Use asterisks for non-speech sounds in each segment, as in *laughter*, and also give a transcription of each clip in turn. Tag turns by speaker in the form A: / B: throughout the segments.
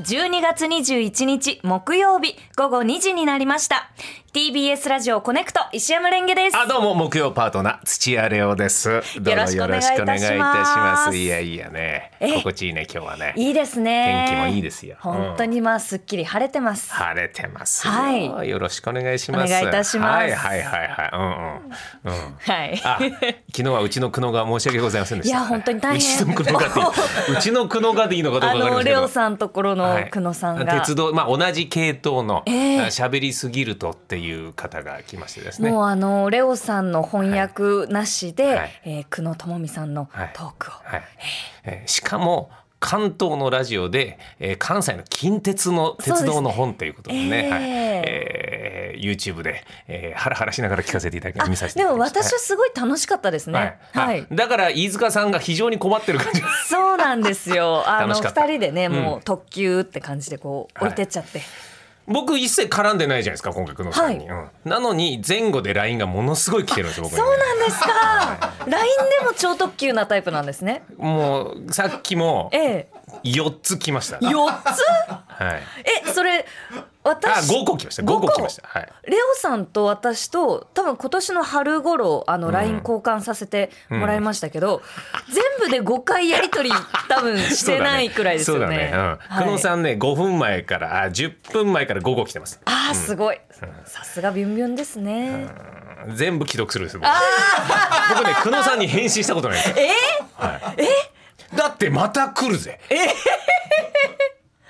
A: 12月21日木曜日午後2時になりました TBS ラジオコネクト石山レンゲです
B: あどうも木曜パートナー土屋レオですどうもよ
A: よろ
B: ろ
A: し
B: し
A: く
B: く
A: お
B: お
A: 願
B: 願
A: い
B: い
A: い
B: い
A: た
B: た
A: し
B: し
A: ま
B: ますすいやいやね
A: え
B: 心地いいね今日はね
A: いいですね
B: 天気もいいですよ
A: 本当にまあすっきり晴れてます、
B: 晴れてますよ、
A: は
B: よろしくお願いします
A: お願いいたします
B: はいはいはいはいうんうんうん
A: はい
B: あ昨日はうちの久野が申し訳ございませんでした
A: いや本当に大変
B: うちの久野がっていううちの久野がでいいのかどう
A: あ
B: かわか
A: の
B: りませんけ
A: レ
B: ど
A: オさんところの久野さんが、
B: はい、鉄道、まあ、同じ系統の
A: ええ
B: あ喋、りすぎるとっていう方が来ましてですね
A: もうあのレオさんの翻訳なしで、
B: はい
A: えー久野智美さんの
B: はい
A: トークを、
B: はいえーしかも関東のラジオで、えー関西の近鉄の鉄道の本ということでね
A: そうですね
B: はい
A: え
B: えー YouTube で、えー、ハラハラしながら聞かせていただき見させてい
A: で
B: ただ
A: も
B: きました
A: 私はすごい楽しかったですね。
B: は
A: はいい、
B: はいあだから飯塚さんが非常に困ってる感じが
A: そうなんです
B: *laughs*
A: よ。あの
B: 楽しかった
A: 二人でね、
B: うん
A: もう特急って感じでこう
B: は
A: 置
B: い
A: いてっちゃって、
B: 僕一切絡んでないじゃないですか今回久野さんに、うんなのに前後で LINE がものすごい来てるんですよ僕にね
A: そうなんですか。LINE でも超特急なタイプなんですね。
B: もうさっきも
A: ええ、
B: 4つ来ました、はい、
A: 四つ？え、それ
B: あ
A: 私。
B: 5個来ました5
A: 五個
B: 個来ましたはい
A: レオさんと私と多分今年の春頃あの LINE 交換させてもらいましたけど、全部で5回やり取り多分してないくらいですよね。
B: そうだね。うん
A: はい
B: 久野さんね、5分前から、あ、10分前から5個来てます。
A: ああすごい、さすがビュンビュンですね。
B: 全部既読するんですよ。僕
A: *laughs*
B: 僕ね、久野さんに返信したことないんですよ。はいだってまた来るぜ。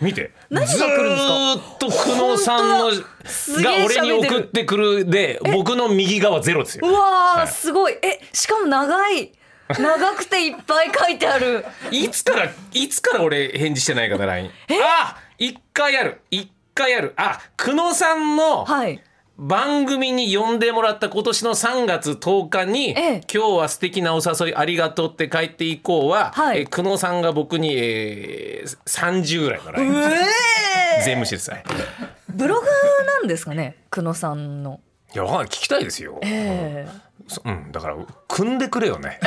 B: 見て
A: 何が来るんですか
B: ずーっと久野さんの
A: 本すげ
B: が
A: え喋って
B: 俺
A: る
B: に送ってくるで僕の右側ゼロです
A: う
B: よ
A: わー、
B: はい
A: すごいえしかも長い長くていっぱい書いてある
B: いつからいつから俺返事してないかな LINE あ一回ある一回あるあ久野さんの *laughs*
A: はい
B: 番組に呼んでもらった今年の3月10日に、
A: ええ
B: 今日は素敵なお誘いありがとうって帰っていこうは、
A: はい
B: え久野さんが僕に、えー、30ぐらいのライ
A: う
B: ン
A: え
B: 全無視ですね
A: ー、ブログなんですかね久野さんの。
B: いやわかんない聞きたいですよ、
A: えー
B: そうん、だから組んでくれ
A: *laughs*
B: よね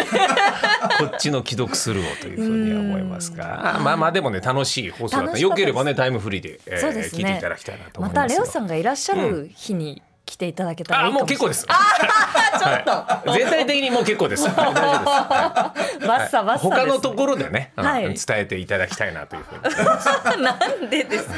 B: こっちの既読するをというふうには思いますがまあまあでもね楽しい放送だっ
A: 楽
B: た
A: しかったです
B: よければねタイムフリーで、えー
A: そうですね
B: 聞いていただきたいなと思
A: ま
B: います
A: たレオさ
B: ん
A: んがいらっしゃる日に来ていただけたらい
B: あ
A: い
B: も
A: かも
B: う
A: しれ
B: 結
A: ない、
B: 構ですはい全体的にもう結
A: *laughs*
B: 構です、はい、大丈夫です
A: バッサバッサです、
B: 他のところでね、うん
A: はい
B: 伝えていただ *laughs* きたいなというふうに。
A: なんでですか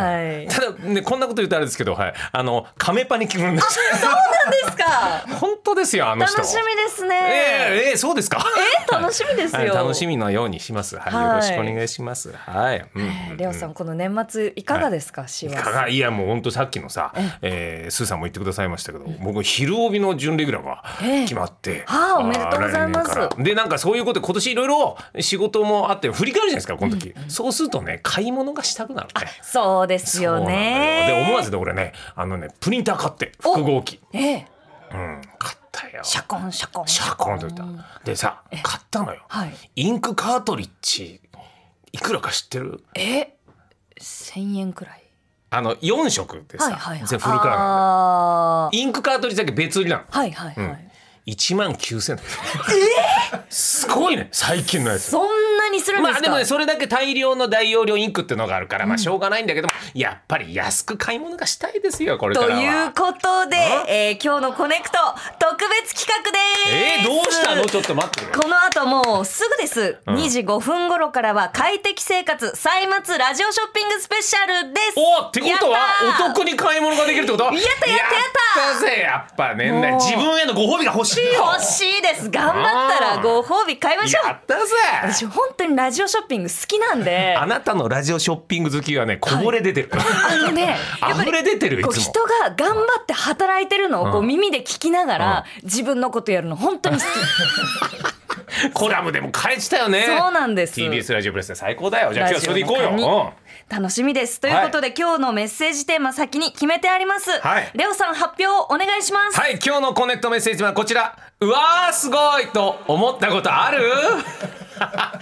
A: はい
B: ただ、ね、こんなこと言うとあれですけど、はい、あの、カメパに来るん *laughs* です。
A: なんですか
B: 本当ですよ、あの人。
A: 楽しみですね、
B: ええええそうですか。
A: え楽しみですよ
B: はい楽しみのようにします。はい、
A: はい
B: よろしくお願いします。はい、うん
A: えーレオさんこの年末いかがですか、師
B: い
A: 走
B: かがいやもう本当さっきのさ、えー、スーさんも言ってくださいましたけど僕昼帯の準レギュラーが
A: ええ
B: 決まって、
A: ああおめでとうございます
B: あー来年からでなんかそういうことで今年いろいろ仕事もあって振り返るじゃないですかこの時、そうするとね買い物がしたくなるね
A: そうですよね
B: そうなのよで思わずで俺ねあのねプリンター買って
A: お
B: 複合機、
A: ええ
B: うん、買ったよ
A: シャコンシャコン
B: シャコンって言ったでさ買ったのよ
A: はい
B: インクカートリッジいくらか知ってる
A: え千円くらい
B: あの4色ってさ、
A: はいはいはい
B: 全部フルカラーなんだよ
A: あー
B: インクカートリッジだけ別売りなの
A: はいはいはい、
B: 1万9000円すごいね最近のやつ
A: そんなにするんで
B: ますあ
A: か、
B: でもねそれだけ大量の大容量インクってのがあるからまあしょうがないんだけども、やっぱり安く買い物がしたいですよこれか
A: と
B: らは
A: いうことで、えー今日のコネクト特別企画です
B: えー、どうしたのちょっと待ってよ
A: この後もうすぐです。2時5分頃からは快適生活歳末ラジオショッピングスペシャルです。
B: おってこと
A: やったー
B: はお得に買い物ができるってことやった
A: やったやった
B: ったぜやっぱ年内
A: もう
B: 自分へのご褒美が欲しいよ
A: 欲しいです。頑張ったらご褒美買いましょ
B: や
A: う。
B: ったぜ
A: 私本当にラジオショッピング好きなん
B: *laughs*
A: で。
B: あなたのラジオショッピング好きはねこぼれ出てる、
A: あのね、やっぱ
B: 溢れ
A: り。
B: 出てるい
A: こう
B: つも
A: 人が頑張って働いてるのをこう耳で聞きながら自分のことやるの本当に好き。
B: *laughs* コラムでも返したよね
A: そうなんです。
B: TBS ラジオプレスで最高だよじゃあ今日はそれでいこう
A: ラジオの
B: よ、
A: 楽しみです。ということで、今日のメッセージテーマ先に決めてあります。
B: はい
A: レオさん発表をお願いしま
B: うん
A: す。
B: はい今日のコネクトメッセージはこちらうわーすごいと思ったことある *laughs* は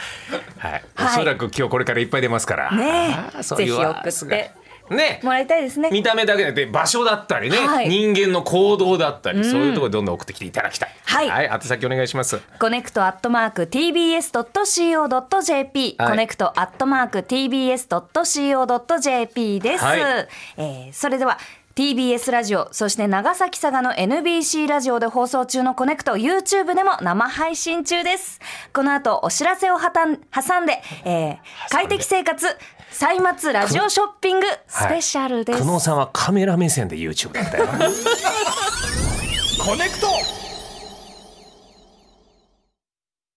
B: い、
A: はい
B: おそらく今日これからいっぱい出ますから
A: ね
B: あー
A: え、
B: そう
A: ぜ
B: い
A: ひ
B: う
A: 送
B: わーす
A: っ
B: ごい
A: て
B: ね
A: もらいたいですね
B: 見た目だけじゃなくて場所だったりね、
A: はい
B: 人間の行動だったり、そういうところどんどん送ってきていただきたい
A: はい
B: 宛先お願いします
A: コネクトアットマーク tbs.co.jp、
B: はい
A: コネクトアットマーク tbs.co.jp です、
B: はい
A: えーそれでは TBS ラジオそして長崎佐賀の NBC ラジオで放送中のコネクト YouTube でも生配信中ですこの後お知らせをはたん挟んで、えー快適生活歳末ラジオショッピングスペシャルです、
B: 久能さんはカメラ目線で YouTube だったよ
C: コネクト